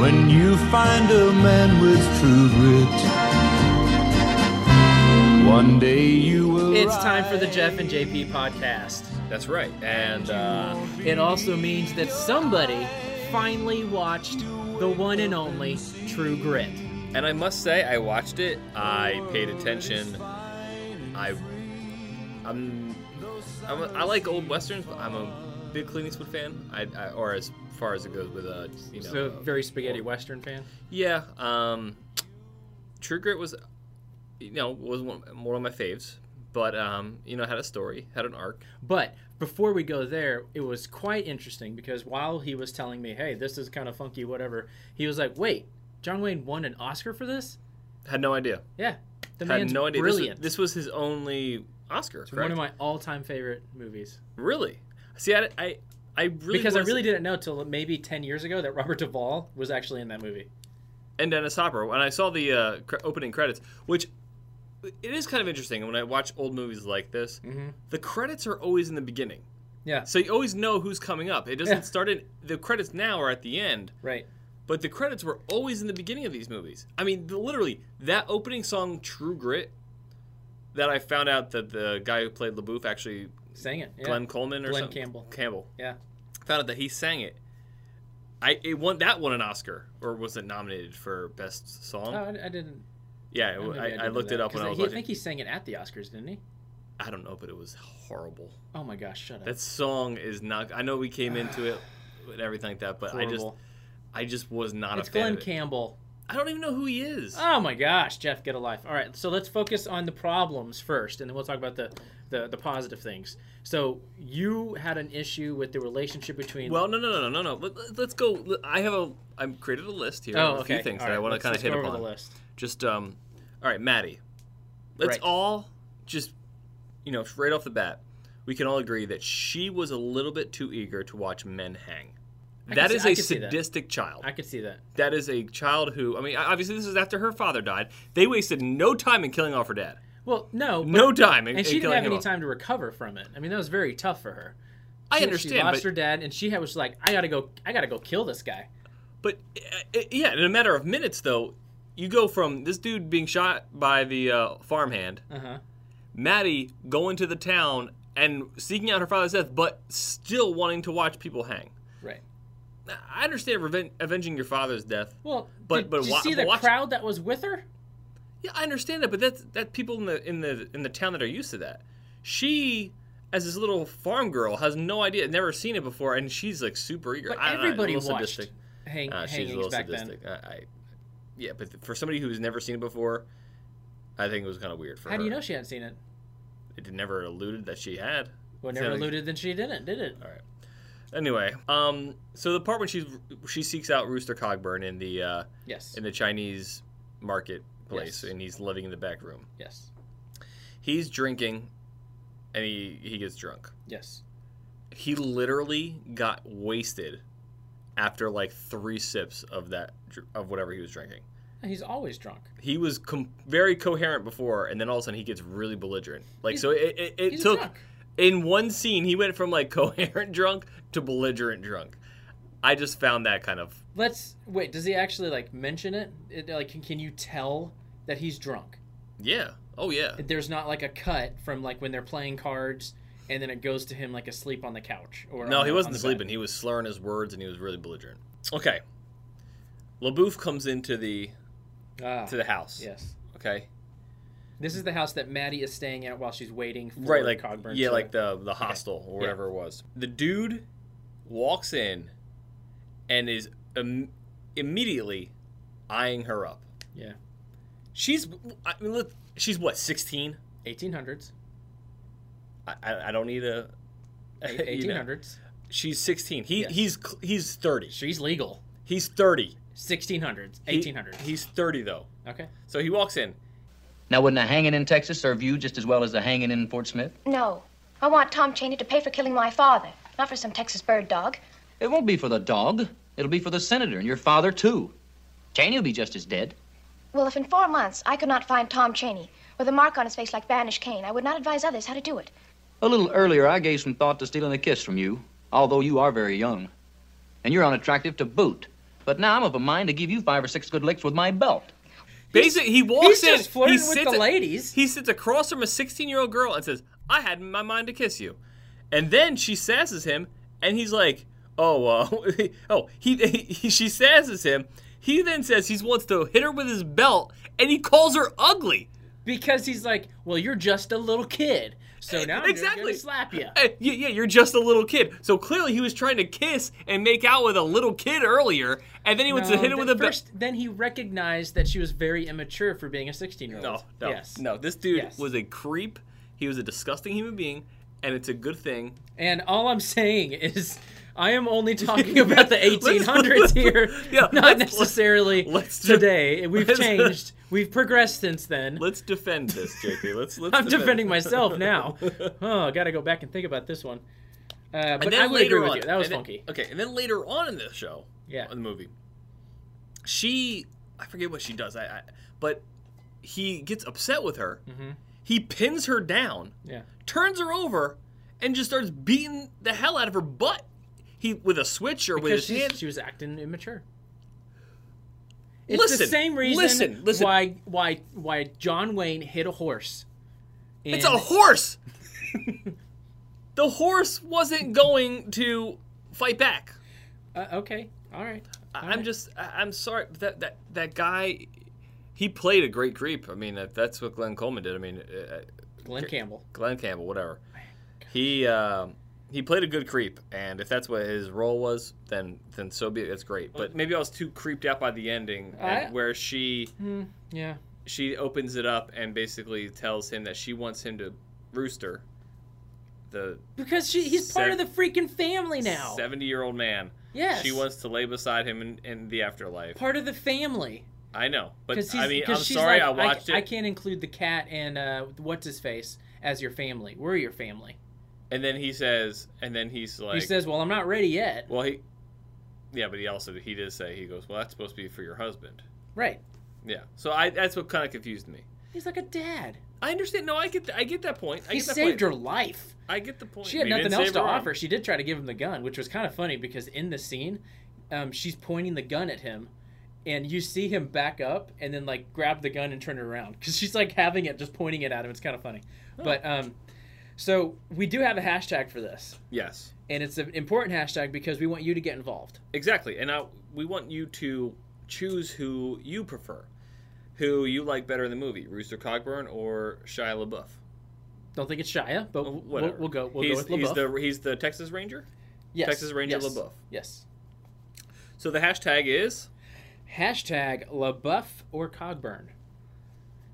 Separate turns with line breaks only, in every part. when you find a man with true grit. One day you will.
It's time for the Jeff and JP podcast.
That's right. And uh,
It also means that somebody finally watched the one and only True Grit.
and I must say, I watched it. I paid attention. I, I'm, I'm a, I like old westerns. But I'm a big Clint Eastwood fan. I, I or as far as it goes with uh, you know.
So,
uh,
very spaghetti western fan.
Yeah. Um, True Grit was, you know, was one, one of my faves. But um, you know, had a story, had an arc.
But before we go there, it was quite interesting because while he was telling me, "Hey, this is kind of funky, whatever," he was like, "Wait, John Wayne won an Oscar for this?
Had no idea.
Yeah, the
had
man's
no idea. This was-
brilliant.
This was, his only Oscar.
It's one
correct?
of my all-time favorite movies
Really? See, I, I, I really
because I
was-
really didn't know till maybe ten years ago that Robert Duvall was actually in that movie.
and Dennis Hopper. When I saw the uh, cr- opening credits, which it is kind of interesting when I watch old movies like this, the credits are always in the beginning,
Mm-hmm. Yeah,
so you always know who's coming up. It doesn't
Yeah.
start in the credits now are at the end,
right.
but the credits were always in the beginning of these movies. I mean, the, literally that opening song, True Grit, that I found out that the guy who played LaBouffe actually
Sang it. Yeah.
Glenn Coleman or
Glenn
something?
Campbell.
Campbell
Yeah.
found out that he sang it. I it won that won an Oscar or was it nominated for best song?
Oh, I, I didn't.
Yeah,
maybe
I,
didn't
I
know
looked
that,
it up
'cause
when I was
he- I
watching.
think he sang it at the Oscars, didn't he?
I don't know, but it was horrible.
Oh my gosh, shut up.
That song is not. I know we came into it and everything like that, but
Horrible.
I just, I just was not
It's
a fan.
Glenn
of it.
Campbell.
I don't even know who he is.
Oh my gosh, Jeff, get a life. All right, so let's focus on the problems first, and then we'll talk about the, the, the positive things. So you had an issue with the relationship between.
well, no, no, no, no, no, no. Let, us go. I have a. I've created a list here.
oh,
of a
okay.
few things
all
that I
right,
want to
let's-
kind
let's
of hit
go
upon.
Over the list.
Just um, all right, Maddie. Let's
Right.
all just, you know, right off the bat, we can all agree that she was a little bit too eager to watch men hang.
I can
That
see-
is
I
a
can see that.
sadistic child.
I could see that.
That is a child who, I mean, obviously this is after her father died. They wasted no time in killing off her dad.
Well, no, but-
No time in,
and she
in
didn't
killing
have
him
any
off.
time to recover from it. I mean, that was very tough for her.
I
She- She
understand,
lost
but,
her dad, and she had- was like, "I gotta go. I gotta go kill this guy."
but uh, uh, yeah, in a matter of minutes though, you go from this dude being shot by the uh, farmhand,
Uh huh.
Maddie going to the town and seeking out her father's death, but still wanting to watch people hang.
Right.
I understand reven- avenging your father's death.
Well,
But-
did,
but
did you
wa-
see
but
the
watch-
crowd that was with her?
Yeah, I understand that, but that's that people in the in the in the town that are used to that. She, as this little farm girl, has no idea, never seen it before, and she's like super eager.
But
I don't know, a
everybody
little
watched
sadistic.
hang,
Uh, she's a
hangings
little
back
sadistic.
then.
I, I, yeah, but for somebody who's never seen it before, I think it was kind of weird for
How
her.
do you know she hadn't seen it?
It never alluded that she had.
Well, never
Sounded-
alluded, then she didn't, did it?
All right. Anyway, um, so the part when she's she seeks out Rooster Cogburn in the uh,
Yes.
in the Chinese marketplace,
Yes.
and he's living in the back room.
Yes.
he's drinking and he, he gets drunk.
Yes.
He literally got wasted after like three sips of that dr- of whatever he was drinking.
He's always drunk.
He was com- very coherent before, and then all of a sudden he gets really belligerent. Like
He's-
so, it, it, it
He's
took
drunk.
in one scene he went from like coherent drunk to belligerent drunk. I just found that kind of
Let's wait. Does he actually like mention it? it like, can, can you tell that he's drunk?
yeah, oh yeah,
There's not like a cut from like when they're playing cards, and then it goes to him like asleep on the couch. Or
No,
on
he
the- on
wasn't
the bed.
sleeping. He was slurring his words and he was really belligerent. Okay, LaBouffe comes into the
Ah,
to the house.
yes.
Okay.
This is the house that Maddie is staying at while she's waiting for
right like
Cogburn.
yeah
to-
like the the hostel or whatever it was the dude walks in and is Im- immediately eyeing her up
yeah,
she's I mean, look, she's what 16
1800s,
I, I I don't need a you know.
1800s.
she's 16 he
Yes.
he's cl- he's 30
She's legal.
he's 30
1600s,
He-
1800s.
he's 30 though
okay.
so he walks in
Now, wouldn't a hanging in Texas serve you just as well as a hanging in Fort Smith?
No. I want Tom Cheney to pay for killing my father, not for some Texas bird dog.
It won't be for the dog. It'll be for the senator and your father, too. Cheney will be just as dead.
Well, if in four months I could not find Tom Cheney with a mark on his face like Banish Cain, I would not advise others how to do it.
A little earlier, I gave some thought to stealing a kiss from you, although you are very young. And you're unattractive to boot. But now I'm of a mind to give you five or six good licks with my belt.
Basically, he walks
he's
in.
just flirting
he
with
sits
the ladies.
He sits across from a 16 year old girl and says, "I had in my mind to kiss you," and then she sasses him, and he's like, "Oh, uh, oh." He, he she sasses him. He then says he wants to hit her with his belt, and he calls her ugly.
because he's like, well, you're just a little kid, so now I'm
Exactly.
gonna slap you.
Eh, yeah, yeah, you're just a little kid. So clearly, he was trying to kiss and make out with a little kid earlier, and then he wants to hit her with a belt.
first, Um, then he recognized that she was very immature for being a 16 year old.
No, no,
yes,
no. This dude
Yes.
was a creep. He was a disgusting human being, and it's a good thing.
And all I'm saying is, I am only talking about the 1800s
let's-
here,
yeah,
not
let's-
necessarily
let's do-
today. We've
let's-
changed, we've progressed since then.
Let's defend this, JP. Let's. let's
I'm defending
it.
myself now. Oh, gotta go back and think about this one. Uh, but
And then
I would
later
agree with
on-
you. That was
and then-
funky.
okay, and then later on in the show,
Yeah.
in the movie, she, I forget what she does, I, I but he gets upset with her.
Mm-hmm.
He pins her down,
Yeah.
turns her over, and just starts beating the hell out of her butt. He with a switch or with
Because
his
she's-
hand.
she was acting immature. It's the
Listen,
same reason
listen, listen.
why why why John Wayne hit a horse.
It's a
in-
horse. the horse wasn't going to fight back.
Uh, okay, all right.
I- I'm just I- I'm sorry but that that that guy he played a great creep. I mean that, that's what Glenn Coleman did. I mean uh,
Glenn Campbell.
Glenn Campbell, whatever. He um he played a good creep, and if that's what his role was, then then so be it. That's great. But maybe I was too creeped out by the ending, and
I-
where she
Yeah.
she opens it up and basically tells him that she wants him to rooster the
Because she, he's part of the freaking family now.
70 year old man.
Yes.
She wants to lay beside him in, in the afterlife.
Part of the family.
I know, but
Because
I mean, I'm
she's
sorry.
like,
I watched
I
it,
can't include the cat and uh, what's his face as your family. We're your family.
and then he says, and then he's like,
he says, "Well, I'm not ready yet."
"Well, he, yeah," but he also he did say he goes, "Well, that's supposed to be for your husband."
Right.
Yeah, so I that's what kind of confused me.
He's like a dad.
I understand. No, I get th- I get that point. I
He
get that
saved
point.
her life.
I get the point.
She had
We
nothing
didn't
else
save
to
her arm.
offer. She did try to give him the gun, which was kind of funny because in the scene, um, she's pointing the gun at him, and you see him back up and then like grab the gun and turn it around because she's like having it, just pointing it at him. It's kind of funny,
Oh.
but um, so we do have a hashtag for this,
Yes,
and it's an important hashtag because we want you to get involved.
exactly. And I, we want you to choose who you prefer, who you like better in the movie, Rooster Cogburn or Shia LaBeouf.
Don't think it's Shia, but we'll, we'll,
Whatever.
we'll go. We'll go
he's,
with
He's
LaBeouf.
the he's the Texas Ranger.
yes.
Texas Ranger
yes.
LaBeouf.
Yes.
So the hashtag is
Hashtag LaBeouf or Cogburn.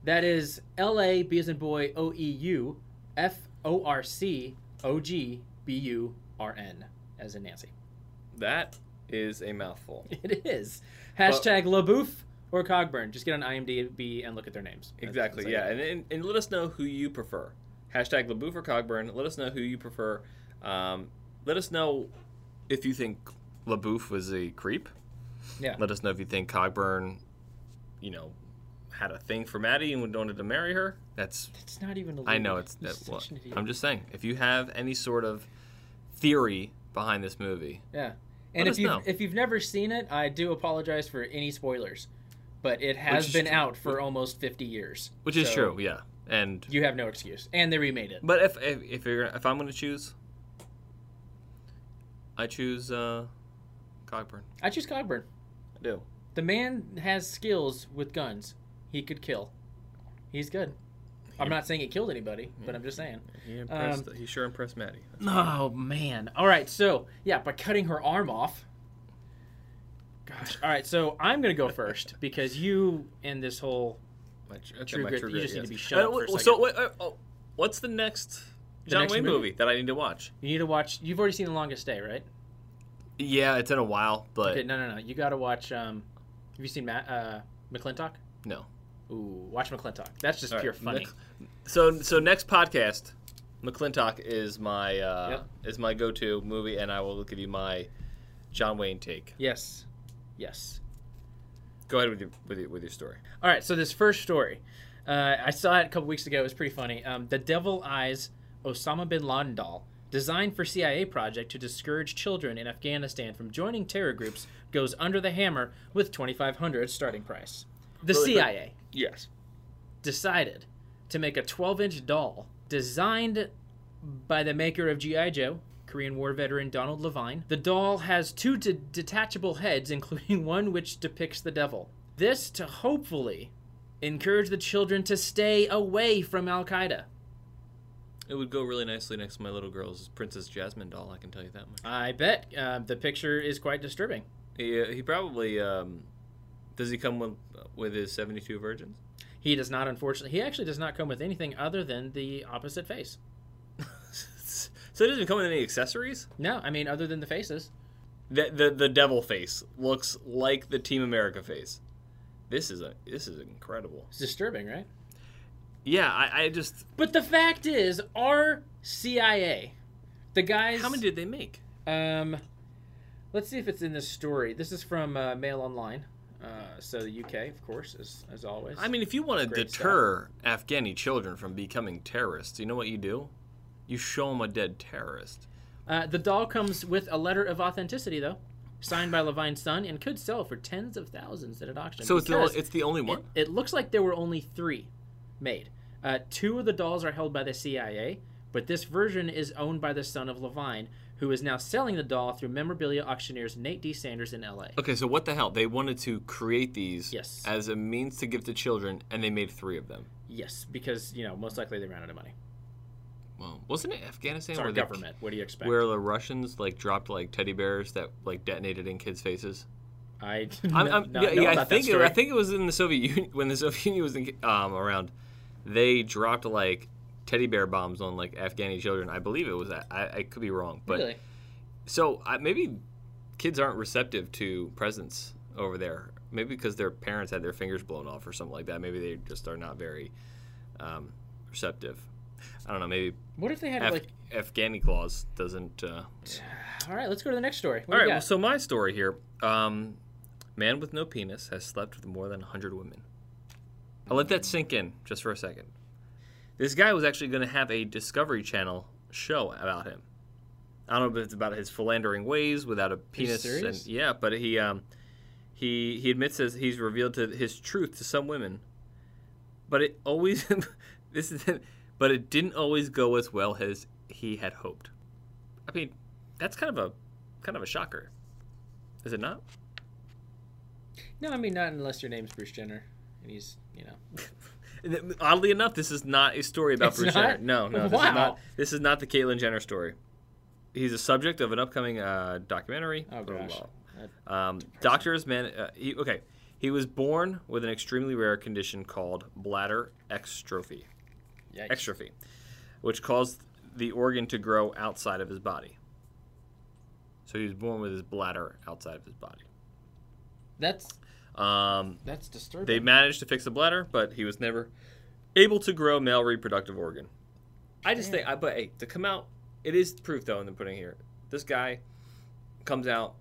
That is L A B as in boy O E U F O R C O G B U R N as in Nancy.
that is a mouthful.
It is. Hashtag LaBeouf or Cogburn. Just get on IMDb and look at their names. That's-
Exactly.
that's
yeah,
like-
and, and and let us know who you prefer. Hashtag LaBouffe or Cogburn. Let us know who you prefer. Um, let us know if you think LaBouffe was a creep.
Yeah.
Let us know if you think Cogburn, you know, had a thing for Maddie and wanted to marry her. That's
It's not even. A
I know
little-
it's.
you're
That, well,
such an idiot.
I'm just saying. If you have any sort of theory behind this movie,
Yeah. And
Let
if
us
you
know.
have if you've never seen it, I do apologize for any spoilers, but it has
Which is
been
true.
out for almost 50 years.
which is
So
true, yeah, and
You have no excuse, and they remade it.
But if if, if you're if I'm gonna choose, I choose uh, Cogburn.
I choose Cogburn.
I do.
The man has skills with guns. He could kill. He's good. I'm not saying he killed anybody, but I'm just saying.
He impressed.
Um,
he sure impressed Maddie.
Oh man. All right. So yeah, by cutting her arm off. Gosh. All right. So I'm gonna go first because you and this whole
My, tr- okay,
True
my
Grit,
True
you
Grit,
just need to
yes.
be shut up for a
so
second.
wait, uh, oh, what's the next John
next
Wayne
movie?
movie? that I need to watch?
you need to watch. You've already seen The Longest Day, right?
Yeah, it's in a while, but
Okay. No, no, no. You gotta watch. Um, have you seen Matt uh, McClintock?
no.
Ooh, watch McClintock. That's just
All right,
pure funny.
next- So so next podcast, McClintock is my uh, is my go-to movie, and I will give you my John Wayne take.
Yes. Yes.
Go ahead with your with your, with your story.
All right, so this first story, uh, I saw it a couple weeks ago. It was pretty funny. Um, the Devil Eyes Osama bin Laden doll designed for CIA project to discourage children in Afghanistan from joining terror groups, goes under the hammer with 2500 starting price. The
Really quick.
CIA
Yes.
decided to make a 12 inch doll designed by the maker of G.I. Joe, Korean War veteran Donald Levine. The doll has two de- detachable heads, including one which depicts the devil. This to hopefully encourage the children to stay away from Al Qaeda.
It would go really nicely next to my little girl's Princess Jasmine doll. I can tell you that much.
I bet uh, the picture is quite disturbing.
He, uh, he probably um, does. He come with with his seventy two virgins.
He does not, unfortunately, he actually does not come with anything other than the opposite face.
So it doesn't come with any accessories.
No, I mean, other than the faces.
The, the the devil face looks like the Team America face. This is a this is incredible.
It's disturbing, right?
Yeah, I, I just
But the fact is, our CIA, the guys.
how many did they make?
Um, let's see if it's in this story. This is from uh, Mail Online, uh, so the UK, of course, as as always.
I mean, if you want to
Great
deter Afghani children from becoming terrorists, you know what you do? You show them a dead terrorist.
uh, the doll comes with a letter of authenticity, though, signed by Levine's son, and could sell for tens of thousands at an auction.
So it's the,
because
only- it's the only one.
it, it looks like there were only three made. Uh, two of the dolls are held by the CIA, but this version is owned by the son of Levine, who is now selling the doll through memorabilia auctioneers Nate D. Sanders in L.A.
Okay, so what the hell? They wanted to create these
Yes.
as a means to give to children, and they made three of them.
Yes, because you know most likely they ran out of money.
Well, wasn't it Afghanistan
It's
where
our
the,
government. What do you expect?
where the Russians like dropped like teddy bears that like detonated in kids' faces?
I
I'm,
i
I'm, yeah, yeah, I think it, I think it was in the Soviet Union when the Soviet Union was in, um, around. They dropped like teddy bear bombs on like Afghani children. I believe it was that. I, I could be wrong, but
really?
so I, maybe kids aren't receptive to presents over there. Maybe because their parents had their fingers blown off or something like that. Maybe they just are not very um, receptive. I don't know. Maybe
What if they had
Af-
like?
Afghani clause doesn't. Uh,
All right, let's go to the next story. What do
all right.
you
Well,
got?
so my story here: um, man with no penis has slept with more than 100 women. I'll let that sink in just for a second. This guy was actually going to have a Discovery Channel show about him. I don't know if it's about his philandering ways without a penis. and-
serious?
yeah, but he um, he he admits that he's revealed to his truth to some women, but it always this is but it didn't always go as well as he had hoped. I mean, that's kind of a kind of a shocker, is it not?
no, I mean not unless your name's Bruce Jenner and he's you know.
Oddly enough, this is not a story about
It's
Bruce
not?
Jenner. No, no, this
Wow.
is not. This is not the Caitlyn Jenner story. He's a subject of an upcoming uh, documentary.
Oh
Blah, blah,
gosh.
blah.
That-
Um, doctors man, uh, he, okay, he was born with an extremely rare condition called bladder extrophy,
yikes.
extrophy, which caused the organ to grow outside of his body. So he was born with his bladder outside of his body.
That's
Um,
that's disturbing.
they managed to fix the bladder, but he was never able to grow male reproductive organ. I just think, I, but hey, to come out, it is proof though in the pudding here. This guy comes out,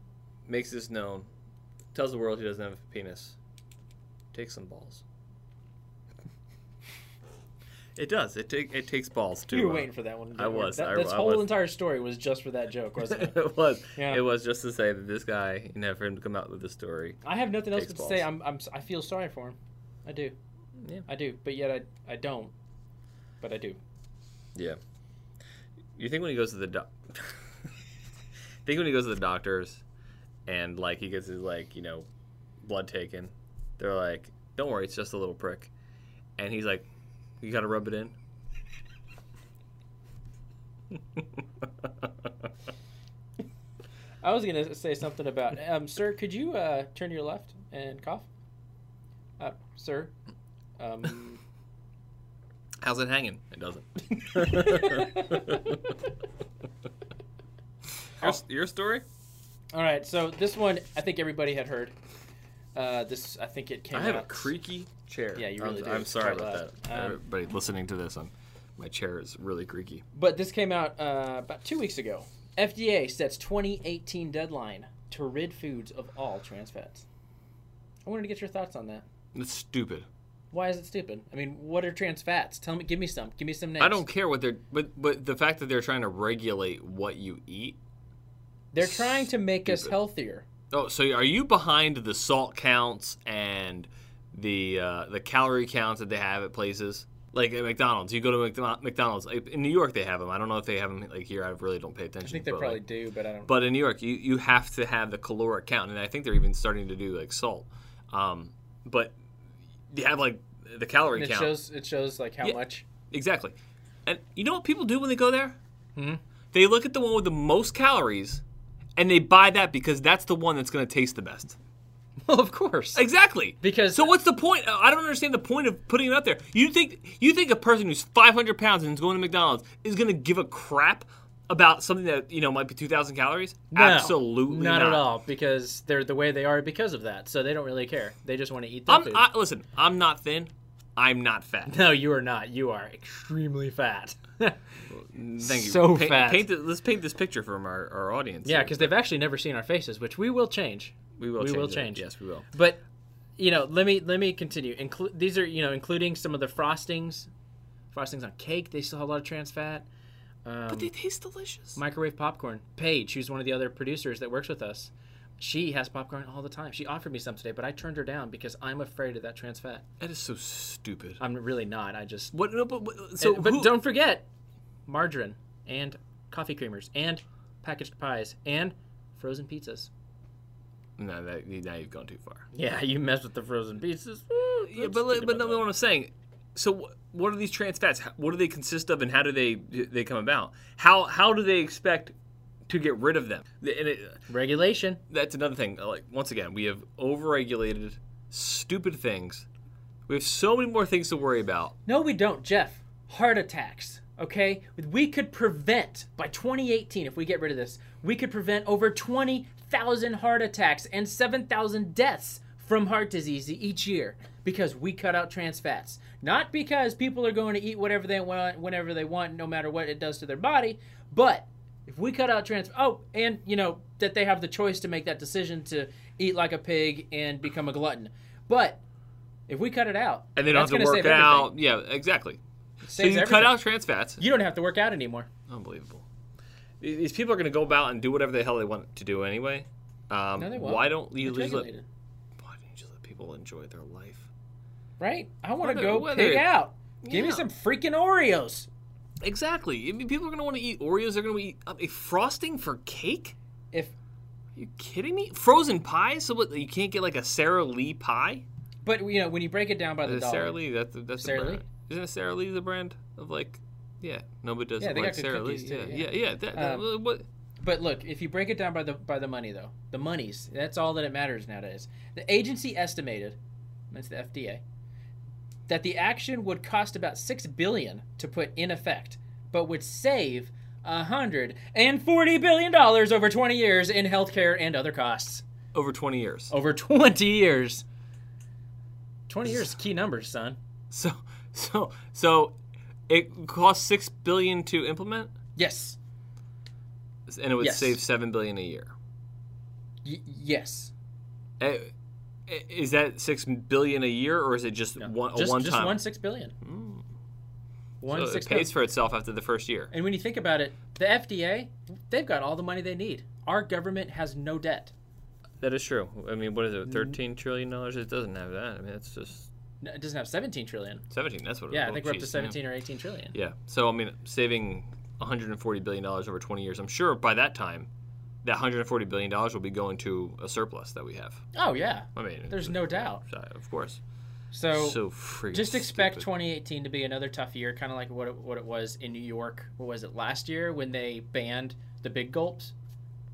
makes this known, tells the world he doesn't have a penis, takes some balls. it does. It take it takes balls too. uh,
you were waiting for that one.
I
didn't you?
was,
That,
I-
this
I
whole
was.
entire story was just for that joke, wasn't it?
it was.
Yeah.
It was just to say that this guy, you know, for him to come out with this story.
I have nothing else
Takes
but to say.
balls.
I'm, I'm s- I feel sorry for him. I do.
Yeah.
I do, but yet I I don't. But I do.
Yeah. You think when he goes to the doc, think when he goes to the doctors, and like he gets his like you know, blood taken, they're like, "Don't worry, it's just a little prick," and he's like, "You gotta rub it in."
I was gonna say something about, um, sir, could you uh, turn to your left and cough? Uh, sir, um,
How's it hanging? It doesn't. Your, your story?
all right. So this one, I think everybody had heard. Uh, this, I think it came.
I have a
out.
creaky chair.
Yeah, you
I'm-
really do.
I'm,
It's
sorry
quite
about
loud.
that.
Um,
Everybody listening to this, on my chair is really creaky.
But this came out uh, about two weeks ago. FDA sets 2018 deadline to rid foods of all trans fats. I wanted to get your thoughts on that.
It's stupid.
Why is it stupid? I mean, what are trans fats? Tell me, give me some. Give me some names.
I don't care what they're, but but the fact that they're trying to regulate what you eat.
They're trying to make us healthier.
Oh, so are you behind the salt counts and the uh, the calorie counts that they have at places like at McDonald's? You go to McDo- McDonald's like, in New York, they have them. I don't know if they have them like here. I really don't pay attention.
I think they
but,
probably
like-
do, but I don't.
But in New York, you, you have to have the caloric count, and I think they're even starting to do like salt. Um, but you have like the calorie
it
count.
shows. It shows like how
Yeah.
much.
Exactly. And you know what people do when they go there?
Mm-hmm.
They look at the one with the most calories and they buy that because that's the one that's going to taste the best.
Well, of course.
Exactly.
Because-
so what's the point? I don't understand the point of putting it out there. You think you think a person who's 500 pounds and is going to McDonald's is going to give a crap about something that you know might be 2,000 calories?
No,
Absolutely
not,
not
at all because they're the way they are because of that. So they don't really care. They just want to eat their
I'm,
food.
I, listen, I'm not thin. I'm not fat.
no, you are not. You are extremely fat.
Thank you.
So
Pa-
fat.
Paint the, let's paint this picture from our, our audience.
yeah,
here.
because they've actually never seen our faces, which we will change.
we will
we
change
will
it.
change.
Yes, we will.
But you know, let me let me continue. Inclu- these are you know including some of the frostings, frostings on cake. They still have a lot of trans fat.
But they taste delicious.
Microwave popcorn. Paige, who's one of the other producers that works with us, she has popcorn all the time. She offered me some today, but I turned her down because I'm afraid of that trans fat.
That is so stupid.
I'm really not. I just
What? No, but what-
Uh,
so
And- but
who-
don't forget margarine and coffee creamers and packaged pies and frozen pizzas.
No, that, now you've gone too far.
Yeah, you mess with the frozen pizzas.
Yeah, but like, but no, what I'm saying. So wh- what are these trans fats? How- What do they consist of, and how do they they come about? How how do they expect to get rid of them? The- And it,
regulation.
that's another thing. uh, Like once again, we have overregulated stupid things. We have so many more things to worry about.
No, we don't, Jeff. Heart attacks. Okay, we could prevent by 2018 if we get rid of this. We could prevent over 20,000 heart attacks and 7,000 deaths from heart disease e-, each year because we cut out trans fats. Not because people are going to eat whatever they want, whenever they want, no matter what it does to their body, but if we cut out trans, oh, and you know that they have the choice to make that decision to eat like a pig and become a glutton, but if we cut it out,
And they don't
that's
have to
gonna
work
save everything.
out. Yeah, exactly. So you
Saves
cut
everything.
out trans fats.
You don't have to work out anymore.
Unbelievable. Th- These people are going to go about and do whatever the hell they want to do anyway. Um,
No, they won't.
Why don't you
It's
just let,
regulated,
why don't you just let people enjoy their life?
right? I want to
Whether-
go
whether-
pig out. Give me
Yeah.
some freaking Oreos.
Exactly. I mean, people are going to want to eat Oreos. They're going to eat uh, a frosting for cake.
If
Are you kidding me? Frozen pie. So what? You can't get like a Sara Lee pie.
but you know when you break it down by
Is
the
it
dollar,
Sara Lee? That's the- that's the
Sara Lee?
brand. Isn't it Sara Lee the brand of like? Yeah, nobody does
Yeah,
it
they
like
got good
Sara Lee.
cookies, too, yeah.
yeah, yeah, yeah. that- that-
Um,
uh, what?
But look, if you break it down by the by the money though, the monies, that's all that it matters nowadays. The agency estimated, that's the FDA, that the action would cost about six billion to put in effect, but would save hundred and forty billion dollars over twenty years in healthcare and other costs.
Over twenty years.
Over twenty years. Twenty years, is key numbers, son.
So so so, it costs six billion to implement.
Yes.
and it would
Yes.
save seven billion a year.
Y- yes.
Eh, eh, Is that six billion a year, or is it just one
just,
a one
just
time? Hmm.
one six billion. One
So
six
it
billion.
pays for itself after the first year.
And when you think about it, the FDA, they've got all the money they need. Our government has no debt.
That is true. I mean, what is
Mm-hmm.
it? Thirteen trillion dollars? It doesn't have that. I mean, it's just
No, It doesn't have 17 trillion.
seventeen. That's what. it
Yeah,
oh,
I think we're up to
geez, yeah.
17 or 18 trillion.
Yeah. So I mean, saving one hundred and forty billion dollars over twenty years. I'm sure by that time, that one hundred and forty billion dollars will be going to a surplus that we have.
Oh yeah,
I mean,
there's no doubt.
uh, Of course.
So,
so freaking.
just expect
stupid.
2018 to be another tough year, kind of like what it, what it was in New York. What was it last year when they banned the big gulps?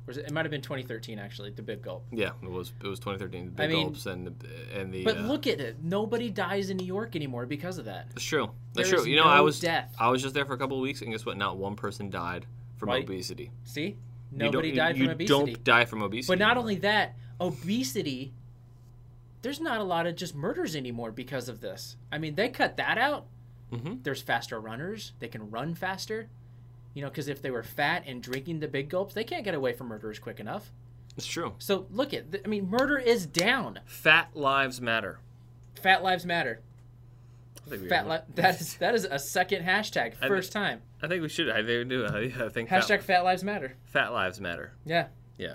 Or was it, it might have been 2013 actually, the big gulp.
Yeah, it was it was 2013. The big
I mean-
gulps and the, and the.
But
uh,
look at it. Nobody dies in New York anymore because of that.
That's true. That's
There
true.
is
You know, I
no
was
death.
I was just there for a couple of weeks, and guess what? Not one person died from
Right.
obesity.
See?
You don't-
Nobody
you-
died
you
from obesity.
don't die from obesity.
But not only that, obesity. There's not a lot of just murders anymore because of this. I mean, they cut that out.
Mhm.
There's faster runners; they can run faster. You know, because if they were fat and drinking the big gulps, they can't get away from murders quick enough.
it's true.
So look at, I mean, murder is down.
Fat lives matter.
Fat lives matter.
I think we
Fat
are.
li- that is that is a second hashtag.
I-
First time.
I think we should. I think we do. Yeah, I think
Hashtag
fat,
Fat Lives Matter.
fat lives matter.
Yeah.
Yeah,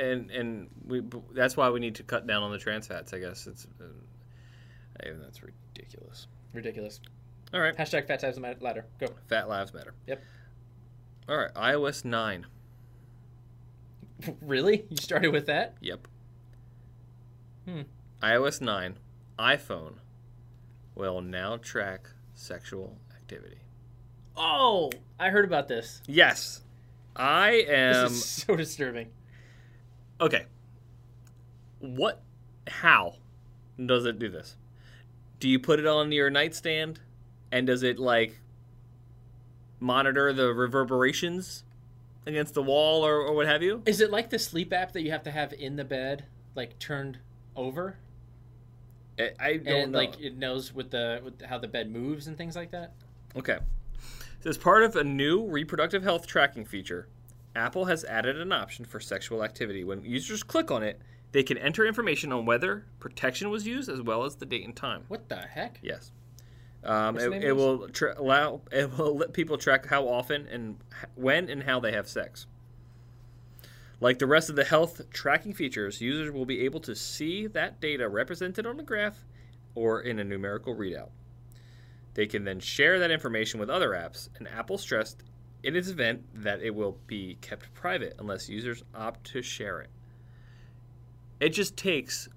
and and we b- that's why we need to cut down on the trans fats. I guess it's uh, I mean, that's ridiculous.
Ridiculous.
All right,
Hashtag Fat Lives Mat- Matter. Go.
fat lives matter.
Yep.
All right, iOS nine.
really? You started with that?
Yep.
Hmm.
iOS nine, iPhone will now track sexual activity.
Oh, I heard about this.
Yes, I
This
am.
is so disturbing.
Okay. What? How does it do this? Do you put it on your nightstand, and does it like monitor the reverberations against the wall or, or what have you?
Is it like the sleep app that you have to have in the bed, like turned over,
I, I don't
and
know.
like it knows with the with how the bed moves and things like that?
Okay. So as part of a new reproductive health tracking feature, Apple has added an option for sexual activity. When users click on it, they can enter information on whether protection was used as well as the date and time.
What the heck?
Yes. Um,
What's the
it,
name
it
of this?
will tra- allow it will let people track how often and h- when and how they have sex. Like the rest of the health tracking features, users will be able to see that data represented on a graph or in a numerical readout. They can then share that information with other apps, and Apple stressed in its event that it will be kept private unless users opt to share it. It just takes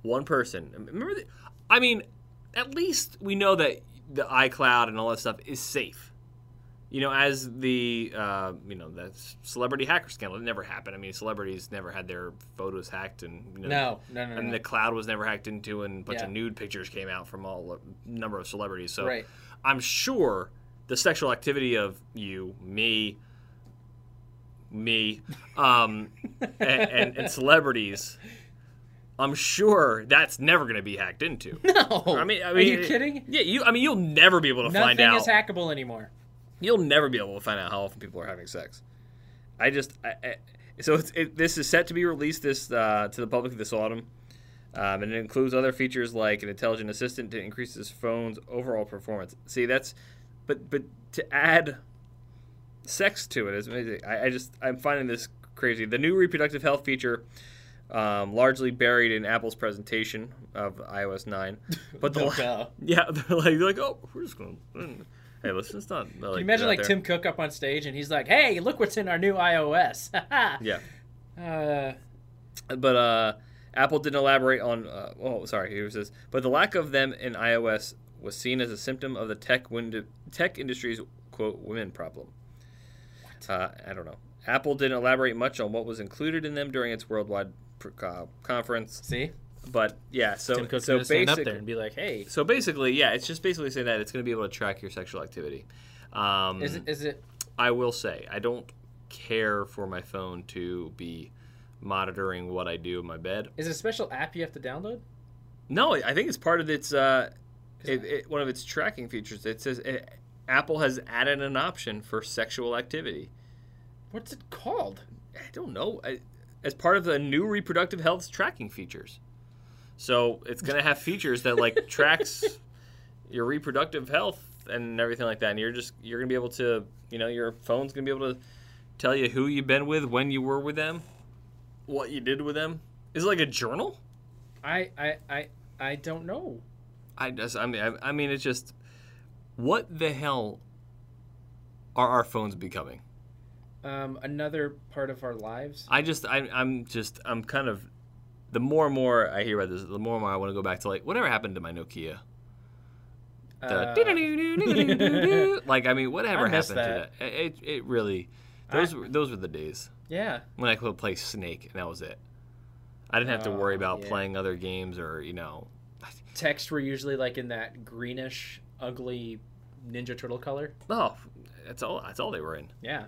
one person. Remember, the, I mean, at least we know that the iCloud and all that stuff is safe. You know, as the uh, you know that celebrity hacker scandal, it never happened. I mean, celebrities never had their photos hacked, and you know,
No, no, no, no.
and
no.
the cloud was never hacked into, and a bunch of
Yeah.
nude pictures came out from all a number of celebrities. So
Right.
I'm sure the sexual activity of you, me, me, um, and, and, and celebrities, I'm sure that's never going to be hacked into.
no.
I mean, I
Are
mean,
you kidding?
Yeah, you. I mean, you'll never be able to find
Nothing
out
is hackable anymore.
you'll never be able to find out how often people are having sex. I just I, I, so it's, it, this is set to be released this uh, to the public this autumn, um, and it includes other features like an intelligent assistant to increase his phone's overall performance. See, that's but but to add sex to it is amazing. I, I just I'm finding this crazy. The new reproductive health feature. Um, largely buried in Apple's presentation of iOS 9, but the
No,
la-
duh.
yeah, they're like, they're like, oh, we're just gonna. mm. Hey, let's just not. Like,
Can you imagine
get out
like
there."
Tim Cook up on stage and he's like, "Hey, look what's in our new iOS."
Yeah,
Uh,
but uh, Apple didn't elaborate on. Uh, oh, sorry, here it says, but the lack of them in iOS was seen as a symptom of the tech wind- tech industry's quote women problem. Uh, I don't know. Apple didn't elaborate much on what was included in them during its worldwide pr- co- conference,
see,
but yeah, so
Tim Cook's
so
gonna stand up
basic-
there and be like, "Hey,
So basically, yeah, it's just basically saying that it's going to be able to track your sexual activity. Um,
is it is it
I will say I don't care for my phone to be monitoring what I do in my bed.
is it a special app you have to download?"
No, I think it's part of its uh, it, it, one of its tracking features. It says eh, Apple has added an option for sexual activity.
What's it called?
I don't know I, as part of the new reproductive health tracking features. So it's gonna have features that like tracks your reproductive health and everything like that. And you're just you're gonna be able to you know your phone's gonna be able to tell you who you've been with, when you were with them, what you did with them. Is it like a journal?
I I I I don't know.
I just I mean I, I mean it's just what the hell are our phones becoming?
Um, another part of our lives.
I just I, I'm just I'm kind of the more and more I hear about this, the more and more I want to go back to like whatever happened to my Nokia. The
Uh,
doo-doo-doo-doo-doo-doo-doo. like I mean whatever
I miss
happened to that? It it really those were those were the days
yeah,
when I could play Snake and that was it. I didn't have to worry
Oh,
about
yeah.
playing other games or you know
texts were usually like in that greenish, ugly Ninja Turtle color.
oh that's all that's all they were in.
Yeah,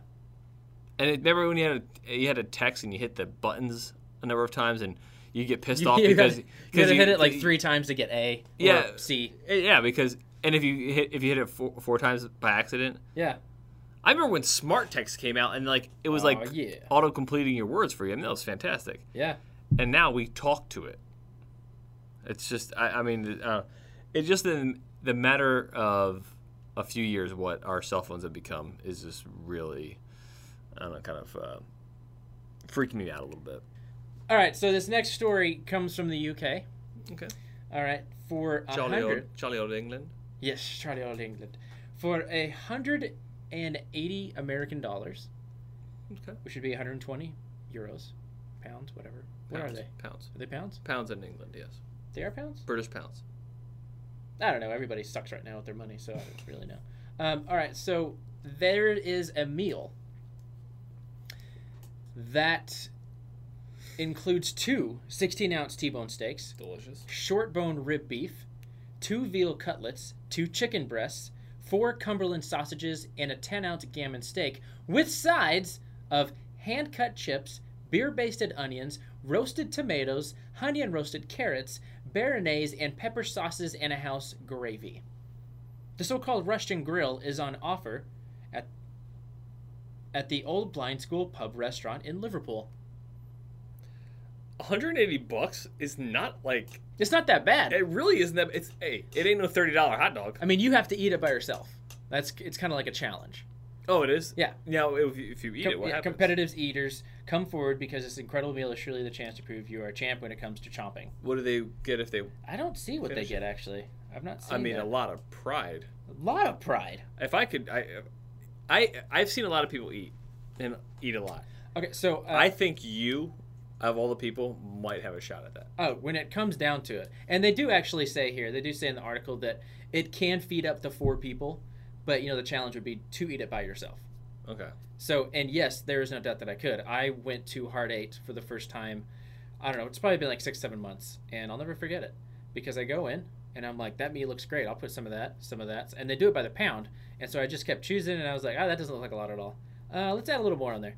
And it, remember when you had a, you had a text and you hit the buttons a number of times and you get pissed off
You
because
gotta- you
because
gotta hit it like
three.
three times to get A. or
Yeah.
C.
Eh, Yeah, because and if you hit if you hit it four, four times by accident,
Yeah,
I remember when smart text came out and like it was
Aw,
like
yeah.
auto completing your words for you. I mean, that was fantastic.
yeah.
And now we talk to it. It's just I, I mean uh, It's just the the matter of a few years what our cell phones have become is just really, I don't know, kind of uh, freaking me out a little bit.
All right, so this next story comes from the UK.
Okay.
All right, for a
Charlie old,
hundred.
Charlie old England.
Yes, Charlie Old England. For a hundred and eighty American dollars,
Okay.
which would be 120 euros, pounds, whatever. What are
Pounds.
they? Are
Pounds.
they pounds?
Pounds in England, yes.
They are pounds.
British pounds.
I don't know. Everybody sucks right now with their money, so I don't really know. Um, all right, so there is a meal that includes two 16 ounce T bone steaks,
Delicious.
short bone rib beef, two veal cutlets, two chicken breasts, four Cumberland sausages, and a 10 ounce gammon steak with sides of hand cut chips, beer basted onions, roasted tomatoes, honey and roasted carrots, béarnaise and pepper sauces, and a house gravy. The so called Russian grill is on offer at, at the Old Blind School Pub restaurant in Liverpool.
180 bucks is not like
It's not that bad.
it really isn't that it's hey, it ain't no $30 hot dog.
I mean, you have to eat it by yourself. That's it's kind of like a challenge.
Oh, it is.
Yeah.
Now if you, if you eat
Com-
it, what
yeah,
happens?
competitives eaters come forward because this incredible meal is surely the chance to prove you are a champ when it comes to chomping.
What do they get if they?
I don't see what
Finish
they get actually. I've not seen.
I mean,
that.
a lot of pride.
A lot of pride.
If I could, I, I, I've seen a lot of people eat, and eat a lot.
Okay, so uh,
I think you, of all the people, might have a shot at that.
oh, when it comes down to it, and they do actually say here, they do say in the article that it can feed up to four people, but you know the challenge would be to eat it by yourself.
Okay.
So, and yes, there is no doubt that I could. I went to Heart Eight for the first time. I don't know. It's probably been like six, seven months, and I'll never forget it because I go in and I'm like, that meat looks great. I'll put some of that, some of that, and they do it by the pound. And so I just kept choosing, and I was like, oh, that doesn't look like a lot at all. Uh, let's add a little more on there.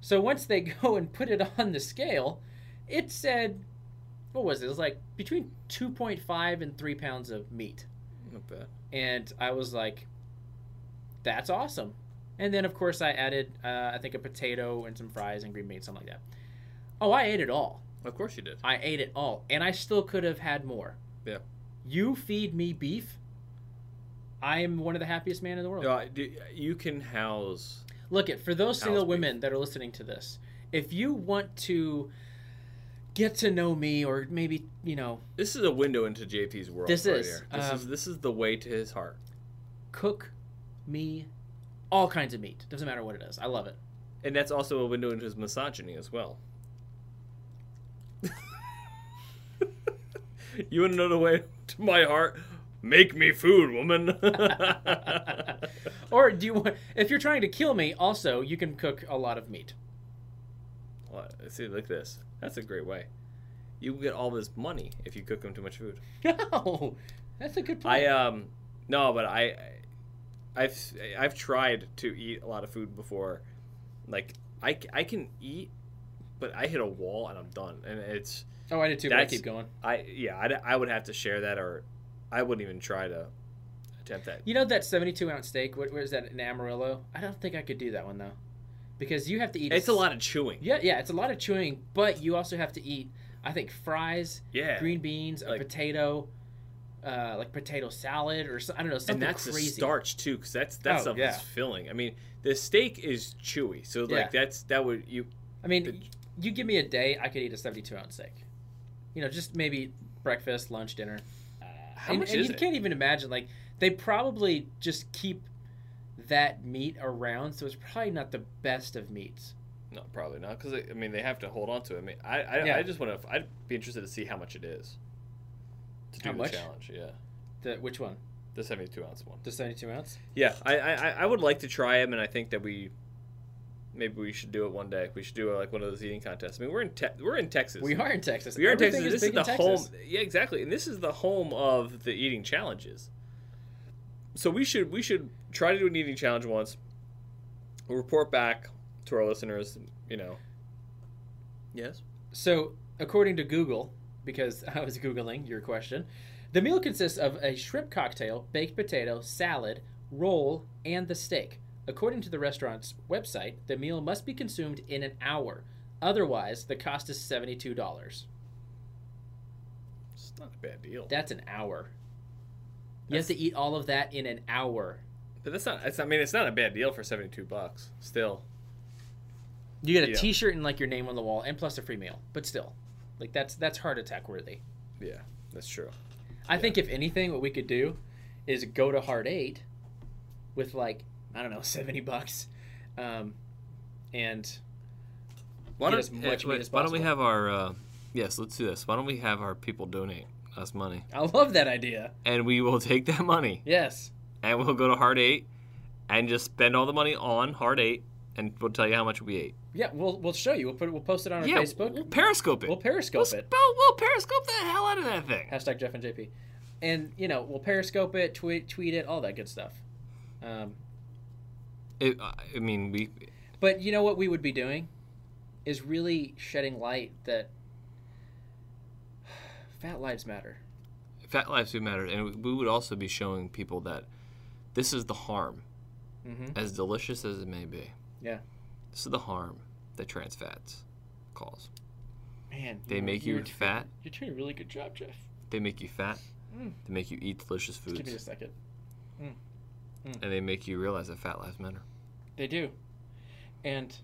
So once they go and put it on the scale, it said, what was it? It was like between 2.5 and three pounds of meat
Not bad.
and I was like, "That's awesome." And then of course I added, uh, I think a potato and some fries and green beans, something like that. Oh, I ate it all.
Of course you did.
I ate it all, and I still could have had more.
Yeah.
You feed me beef. I am one of the happiest man in the world.
No, I- Uh, do- you can house.
Look it for those single
beef.
women that are listening to this. If you want to get to know me, or maybe you know,
This is a window into JP's world.
This
right
is,
Here. This is
um,
this is the way to his heart.
cook me all kinds of meat. Doesn't matter what it is. I love it.
And that's also a window into his misogyny as well. you want to know the way to my heart? Make me food, woman.
Or do you want? If you're trying to kill me, also you can cook a lot of meat.
Well, See, look at this. That's a great way. You get all this money if you cook him too much food.
No, that's a good point.
I um, no, but I, I've I've tried to eat a lot of food before. Like I, c- I can eat, but I hit a wall and I'm done. And it's
oh, I did too. But I
that's-
keep going.
I yeah I'd, I would have to share that or I wouldn't even try to attempt that.
You know that 72 ounce steak? What was that? An Amarillo? I don't think I could do that one though, because you have to eat.
It's a
s-
lot of chewing.
Yeah, yeah, it's a lot of chewing, but you also have to eat. I think fries,
Yeah.
green beans, a
Like-
potato, uh, like potato salad, or so, I don't know something
and that's
crazy.
the starch too, because that's that's
Oh,
something that's
yeah.
filling. I mean, the steak is chewy, so like
Yeah.
that's that would you
I mean,
The-
y- you give me a day, I could eat a 72 ounce steak. You know, just maybe breakfast, lunch, dinner.
how
and,
much
and
is
you
it?
can't even imagine. Like they probably just keep that meat around, so it's probably not the best of meats.
No, probably not. Because I mean, they have to hold on to it. I mean, I, I,
Yeah.
I just want to. I'd be interested to see how much it is. To do
How
the
much?
challenge, yeah,
The which one?
the seventy-two ounce one.
The seventy-two ounce?
Yeah, I, I, I- I would like to try them, and I think that we, maybe we should do it one day. We should do like one of those eating contests. I mean, we're in te- we're in Texas.
We are in Texas.
We are in
Everything
Texas. This is
big in
the
Texas.
home. Yeah, exactly. And this is the home of the eating challenges. So we should we should try to do an eating challenge once. We'll report back to our listeners. You know. Yes.
So, according to Google, because I was Googling your question, the meal consists of a shrimp cocktail, baked potato, salad, roll, and the steak. According to the restaurant's website, the meal must be consumed in an hour. Otherwise, the cost is $72.
It's not a bad deal.
That's an hour. You have to eat all of that in an hour.
But that's not. It's not. I mean, it's not a bad deal for seventy-two bucks. Still,
You get a
Yeah.
shirt and like your name on the wall, and plus a free meal. But still, like that's that's heart attack worthy.
yeah, that's true.
I think if anything, what we could do is go to Heart Eight with like I don't know seventy bucks, um, and Get
Why don't,
as much
eh, wait,
meat as
why don't we
possible.
have our? Uh, yes, let's do this. Why don't we have our people donate us money,
I love that idea.
and we will take that money
Yes,
and we'll go to Hard Eight, and just spend all the money on Hard Eight, and we'll tell you how much we ate.
yeah, we'll we'll show you. We'll put it- we'll post it on our
yeah,
Facebook.
we'll Periscope it.
We'll Periscope
We'll
it.
spell- we'll Periscope the hell out of that thing.
Hashtag Jeff and JP, and you know we'll Periscope it, tweet tweet it, all that good stuff. Um,
It, I mean, we.
But you know what we would be doing is really shedding light that fat lives matter.
Fat Lives Do Matter, and we would also be showing people that this is the harm, as delicious as it may be.
Yeah,
This is the harm that trans fats cause.
man.
They
you-
make
you're
you
t-
fat.
You're doing a really good job, Jeff.
They make you fat. They make you eat delicious foods,
Mm. Give me a second.
and they make you realize that fat lives matter.
They do, and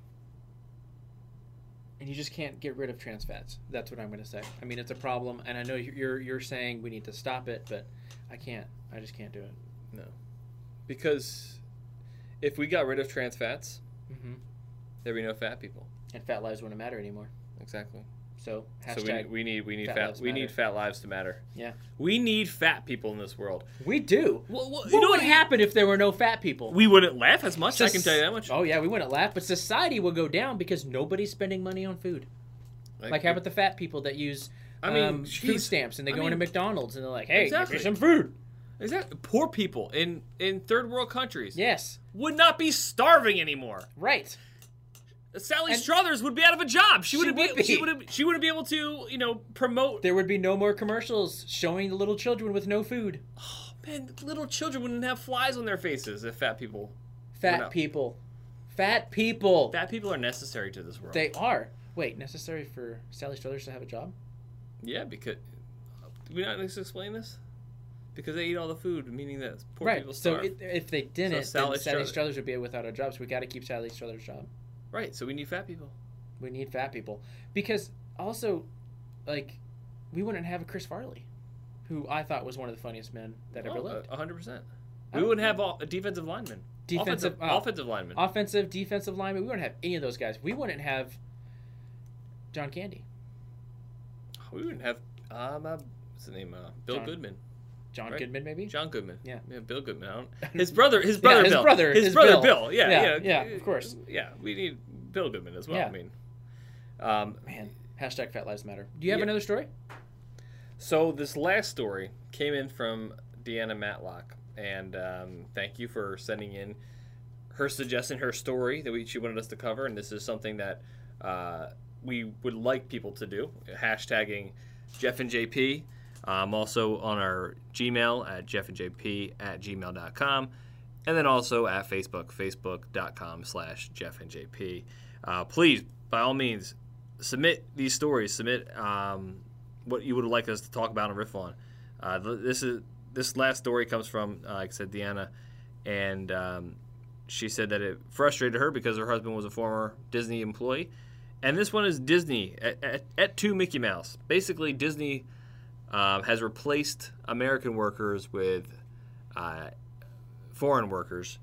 and you just can't get rid of trans fats. That's what I'm going to say. I mean, it's a problem, and I know you- you're you're saying we need to stop it, but I can't. I just can't do it.
No, because if we got rid of trans fats, Mm-hmm.
Mhm.
there'd be no fat people.
And fat lives wouldn't matter anymore.
Exactly.
So
so
hashtag
we, we need we need
fat
fat,
lives
we
matter.
need fat lives to matter.
yeah.
We need fat people in this world.
We do.
Well, well, you
What
know
would
what-
happen if there were no fat people?
We wouldn't laugh as much. I can tell you that much.
Oh yeah, we wouldn't laugh, but society will go down because nobody's spending money on food. Like how about the fat people that use
I mean,
um, food
geez.
stamps and they
I
go into
mean-
McDonald's and they're like, "Hey,
Exactly.
give me some food."
Is that poor people in in third world countries?
Yes,
would not be starving anymore.
right.
Sally
And-
Struthers would be out of a job. She, wouldn't
would
be,
be.
She wouldn't. She wouldn't be able to, you know, promote.
There would be no more commercials showing the little children with no food.
Man, little children wouldn't have flies on their faces if fat people.
Fat
not?
people, fat people.
Fat people are necessary to this world.
They are. Wait, necessary for Sally Struthers to have a job?
yeah, because did we not just explain this? Because they eat all the food, meaning that poor
right.
people
So
starve.
it, if they didn't,
Sally
then Sally
Struthers-
Struthers would be without a job. So we got to keep Sally Struthers' job.
right. So we need fat people.
We need fat people because also, like, we wouldn't have a Chris Farley, who I thought was one of the funniest men that ever lived.
Oh, hundred percent.
I
We
don't-
wouldn't have all, defensive linemen.
Defensive-
offensive,
oh.
offensive linemen.
Offensive, defensive lineman. We wouldn't have any of those guys. We wouldn't have John Candy,
We wouldn't have um, uh, what's the name? Uh, Bill
John.
Goodman.
John
Right.
Goodman, maybe.
John Goodman.
Yeah.
Bill Goodman. I don't, his brother. His brother.
his
Bill.
brother
His
is
brother.
Bill.
Bill. Yeah,
Yeah,
yeah.
yeah, of course.
Yeah. We need Bill Goodman as well.
Yeah.
I mean, um,
Man, hashtag Fat Lives Matter. Do you have
Yeah.
another story?
so this last story came in from Deanna Matlock, and um, thank you for sending in her suggesting her story that we, she wanted us to cover, and this is something that uh, we would like people to do. Hashtagging Jeff and JP. Um, also on our Gmail at jeffandjp at gmail.com. And then also at Facebook, facebook.com slash Jeff and JP. Uh, please, by all means, submit these stories. Submit um, what you would like us to talk about and riff on. Uh, th- this is this last story comes from, uh, like I said, Deanna, and um, she said that it frustrated her because her husband was a former Disney employee. And this one is Disney at, at, at two Mickey Mouse. Basically, Disney um, has replaced American workers with uh, foreign workers,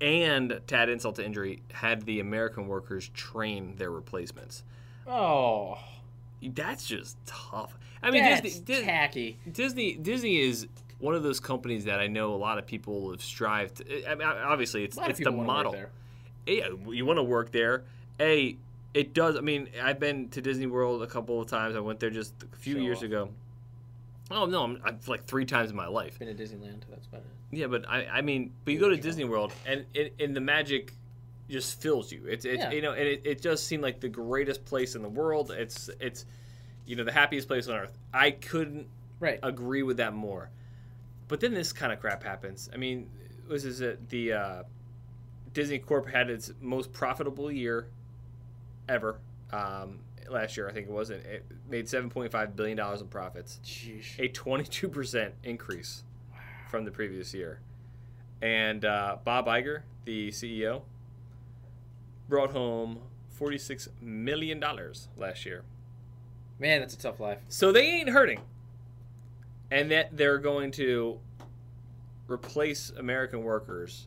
and to add insult to injury, had the American workers train their replacements.
Oh,
That's just tough. I mean,
that's
Disney, Dis-
tacky.
Disney Disney is one of those companies that I know a lot of people have strived. To, I mean, obviously, it's
A lot of
it's the
people wanna work
model.
there.
Yeah, you want to work there. A, it does. I mean, I've been to Disney World a couple of times. I went there just a few
Show
years
off.
ago. Oh no, I'm, I've like three times in my life.
Been to Disneyland. That's about it.
Yeah, but I, I mean, but you go to Disney World and it, and the magic just fills you. It's, it's
Yeah.
you know, and it, it does seem like the greatest place in the world. It's it's you know the happiest place on earth. I couldn't
Right.
agree with that more. But then this kind of crap happens. I mean, was is it the uh, Disney Corp had its most profitable year ever um, last year? I think it was, and it made seven point five billion dollars in profits,
Jeez.
a twenty two percent increase from the previous year. And uh, Bob Iger, the CEO, brought home $46 million last year.
Man, that's a tough life.
So they ain't hurting. And that they're going to replace American workers.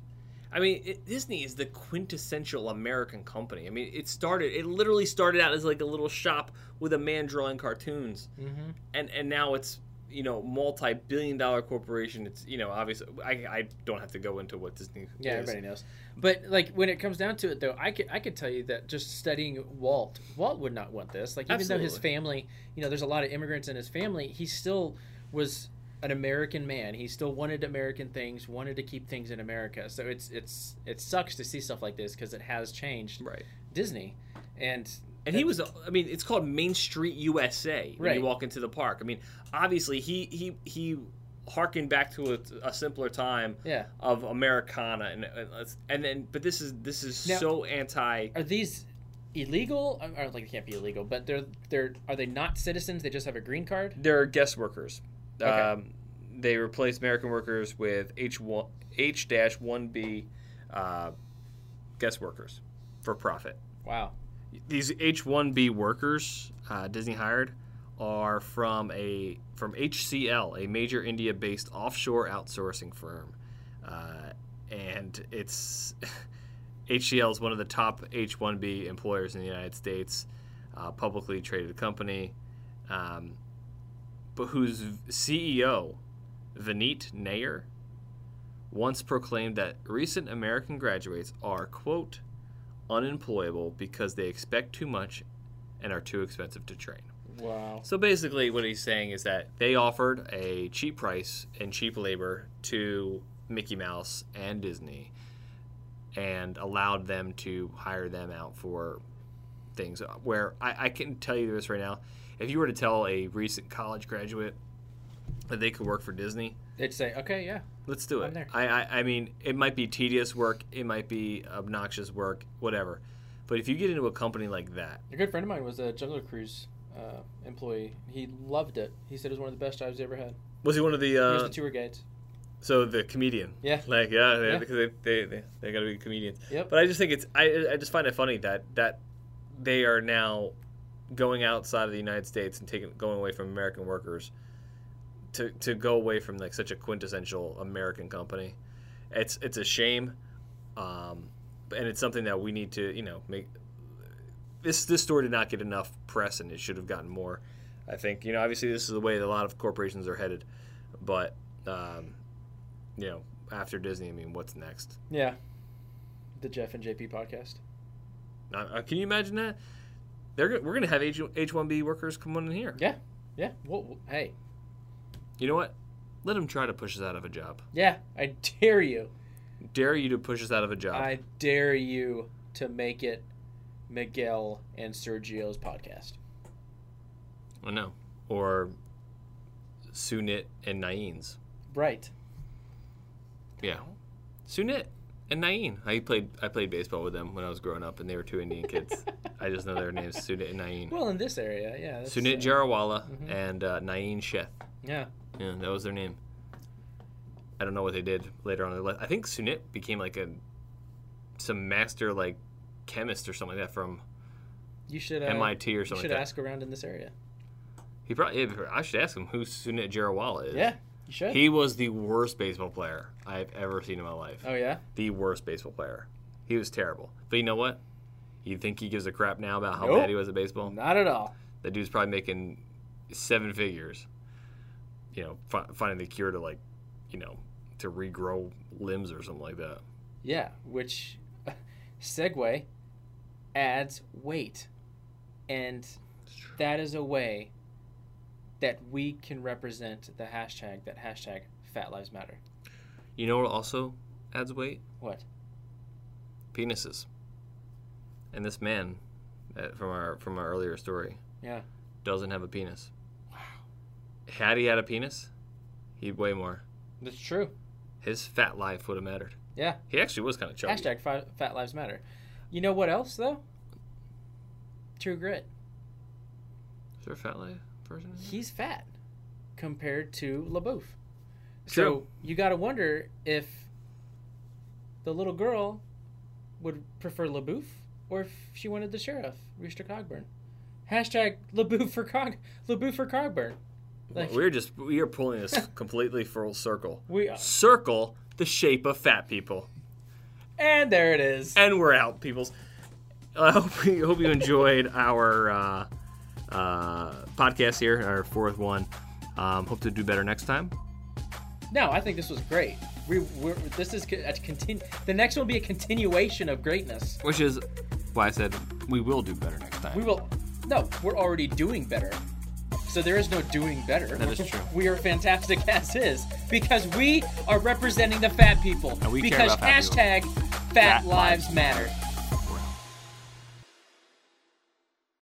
I mean, it, Disney is the quintessential American company. I mean, it started, it literally started out as like a little shop with a man drawing cartoons.
Mm-hmm.
And and now it's, you know, multi billion dollar corporation. It's, you know, obviously, I, I don't have to go into what Disney
Yeah,
is.
everybody knows. But like when it comes down to it, though, I could I could tell you that just studying Walt, Walt would not want this. Like even though his
Absolutely.
family, you know, there's a lot of immigrants in his family, he still was an American man. He still wanted American things, wanted to keep things in America. So it's it's it sucks to see stuff like this because it has changed
Right.
Disney, and
And he was, I mean, it's called Main Street USA when
Right.
you walk into the park. I mean, obviously, he he he harkened back to a, a simpler time
Yeah.
of Americana, and and then, but this is this is
Now-
so anti.
are these illegal? Or or, like they can't be illegal, but they're they're are they not citizens? They just have a green card.
They're guest workers.
Okay.
Um, they replaced American workers with H one H dash one B uh, guest workers for profit.
Wow.
these H-1B workers uh, Disney hired are from a from HCL, a major India-based offshore outsourcing firm, uh, and it's HCL is one of the top H-1B employers in the United States, uh, publicly traded company, um, but whose CEO Vineet Nair once proclaimed that recent American graduates are quote unemployable because they expect too much and are too expensive to train.
Wow.
So basically, what he's saying is that they offered a cheap price and cheap labor to Mickey Mouse and Disney and allowed them to hire them out for things where I, I can tell you this right now. If you were to tell a recent college graduate that they could work for Disney,
They'd say, okay, yeah,
Let's do it.
there.
I, I I mean, it might be tedious work, it might be obnoxious work, whatever. But if you get into a company like that,
A good friend of mine was a Juggler Cruise uh, employee. He loved it. He said it was one of the best jobs he ever had.
was he one of
He
the
was
uh,
the tour guides.
so the comedian?
Yeah.
Like yeah, they,
Yeah.
because they they, they they gotta be comedians.
Yep.
But I just think it's I I just find it funny that that they are now going outside of the United States and taking going away from American workers to to go away from like such a quintessential American company. It's it's a shame, um, and it's something that we need to you know make. This this story did not get enough press, and it should have gotten more. I think you know obviously this is the way that a lot of corporations are headed, but um, you know after Disney, I mean, what's next?
Yeah. The Jeff and JP podcast.
Uh, can you imagine that? They're go- we're gonna have H H one B workers come on in here.
Yeah. Yeah. Well, hey.
You know what? Let them try to push us out of a job.
Yeah. I dare you.
Dare you to push us out of a job?
I dare you to make it Miguel and Sergio's podcast.
Oh no. Or Sunit and Naeen's.
Right.
Yeah. Sunit and Naeen. I played I played baseball with them when I was growing up, and they were two Indian kids. I just know their names, Sunit and Naeen.
Well, in this area, yeah. that's,
Sunit
uh,
Jarawala and uh, Naeen Sheth.
Yeah.
Yeah, that was their name. I don't know what they did later on. in their life. I think Sunit became like a some master like chemist or something like that from
You should. Uh,
MIT or
You
something
should
like that.
ask around in this area.
He probably yeah, I should ask him who Sunit Jarawala is.
Yeah. You should.
He was the worst baseball player I've ever seen in my life.
oh yeah.
The worst baseball player. He was terrible. But you know what? You think he gives a crap now about how
Nope.
bad he was at baseball?
Not at all.
That dude's probably making seven figures. You know, fi- finding the cure to like, you know, to regrow limbs or something like that.
Yeah, which segue adds weight. And that is a way that we can represent the hashtag, that hashtag Fat Lives Matter.
You know what also adds weight?
What?
Penises. And this man, uh, from our from our earlier story,
Yeah.
doesn't have a penis. Wow. Had he had a penis, he'd weigh more.
That's true.
His fat life would have mattered.
Yeah.
He actually was kind of chubby.
Hashtag fi- Fat Lives Matter. You know what else, though? True Grit.
Is there a fat life person? in there?
He's fat compared to LaBeouf. So
True.
you got to wonder if the little girl would prefer LaBouffe or if she wanted the sheriff, Rooster Cogburn. Hashtag LaBouffe for Cog LaBouffe for Cogburn. Like,
We're just we are pulling this completely full circle.
we are.
Circle the shape of fat people,
And there it is.
and we're out, peoples. I hope you hope you enjoyed our uh, uh, podcast here, our fourth one. Um, hope to do better next time.
No, I think this was great. We we're, this is co- a continu- the next one will be a continuation of greatness.
Which is why I said we will do better next time.
We will No, we're already doing better. So there is no doing better.
That is true.
We are fantastic as is because we are representing the fat people.
we care
because
about fat people.
hashtag fat,
Fat
lives matter.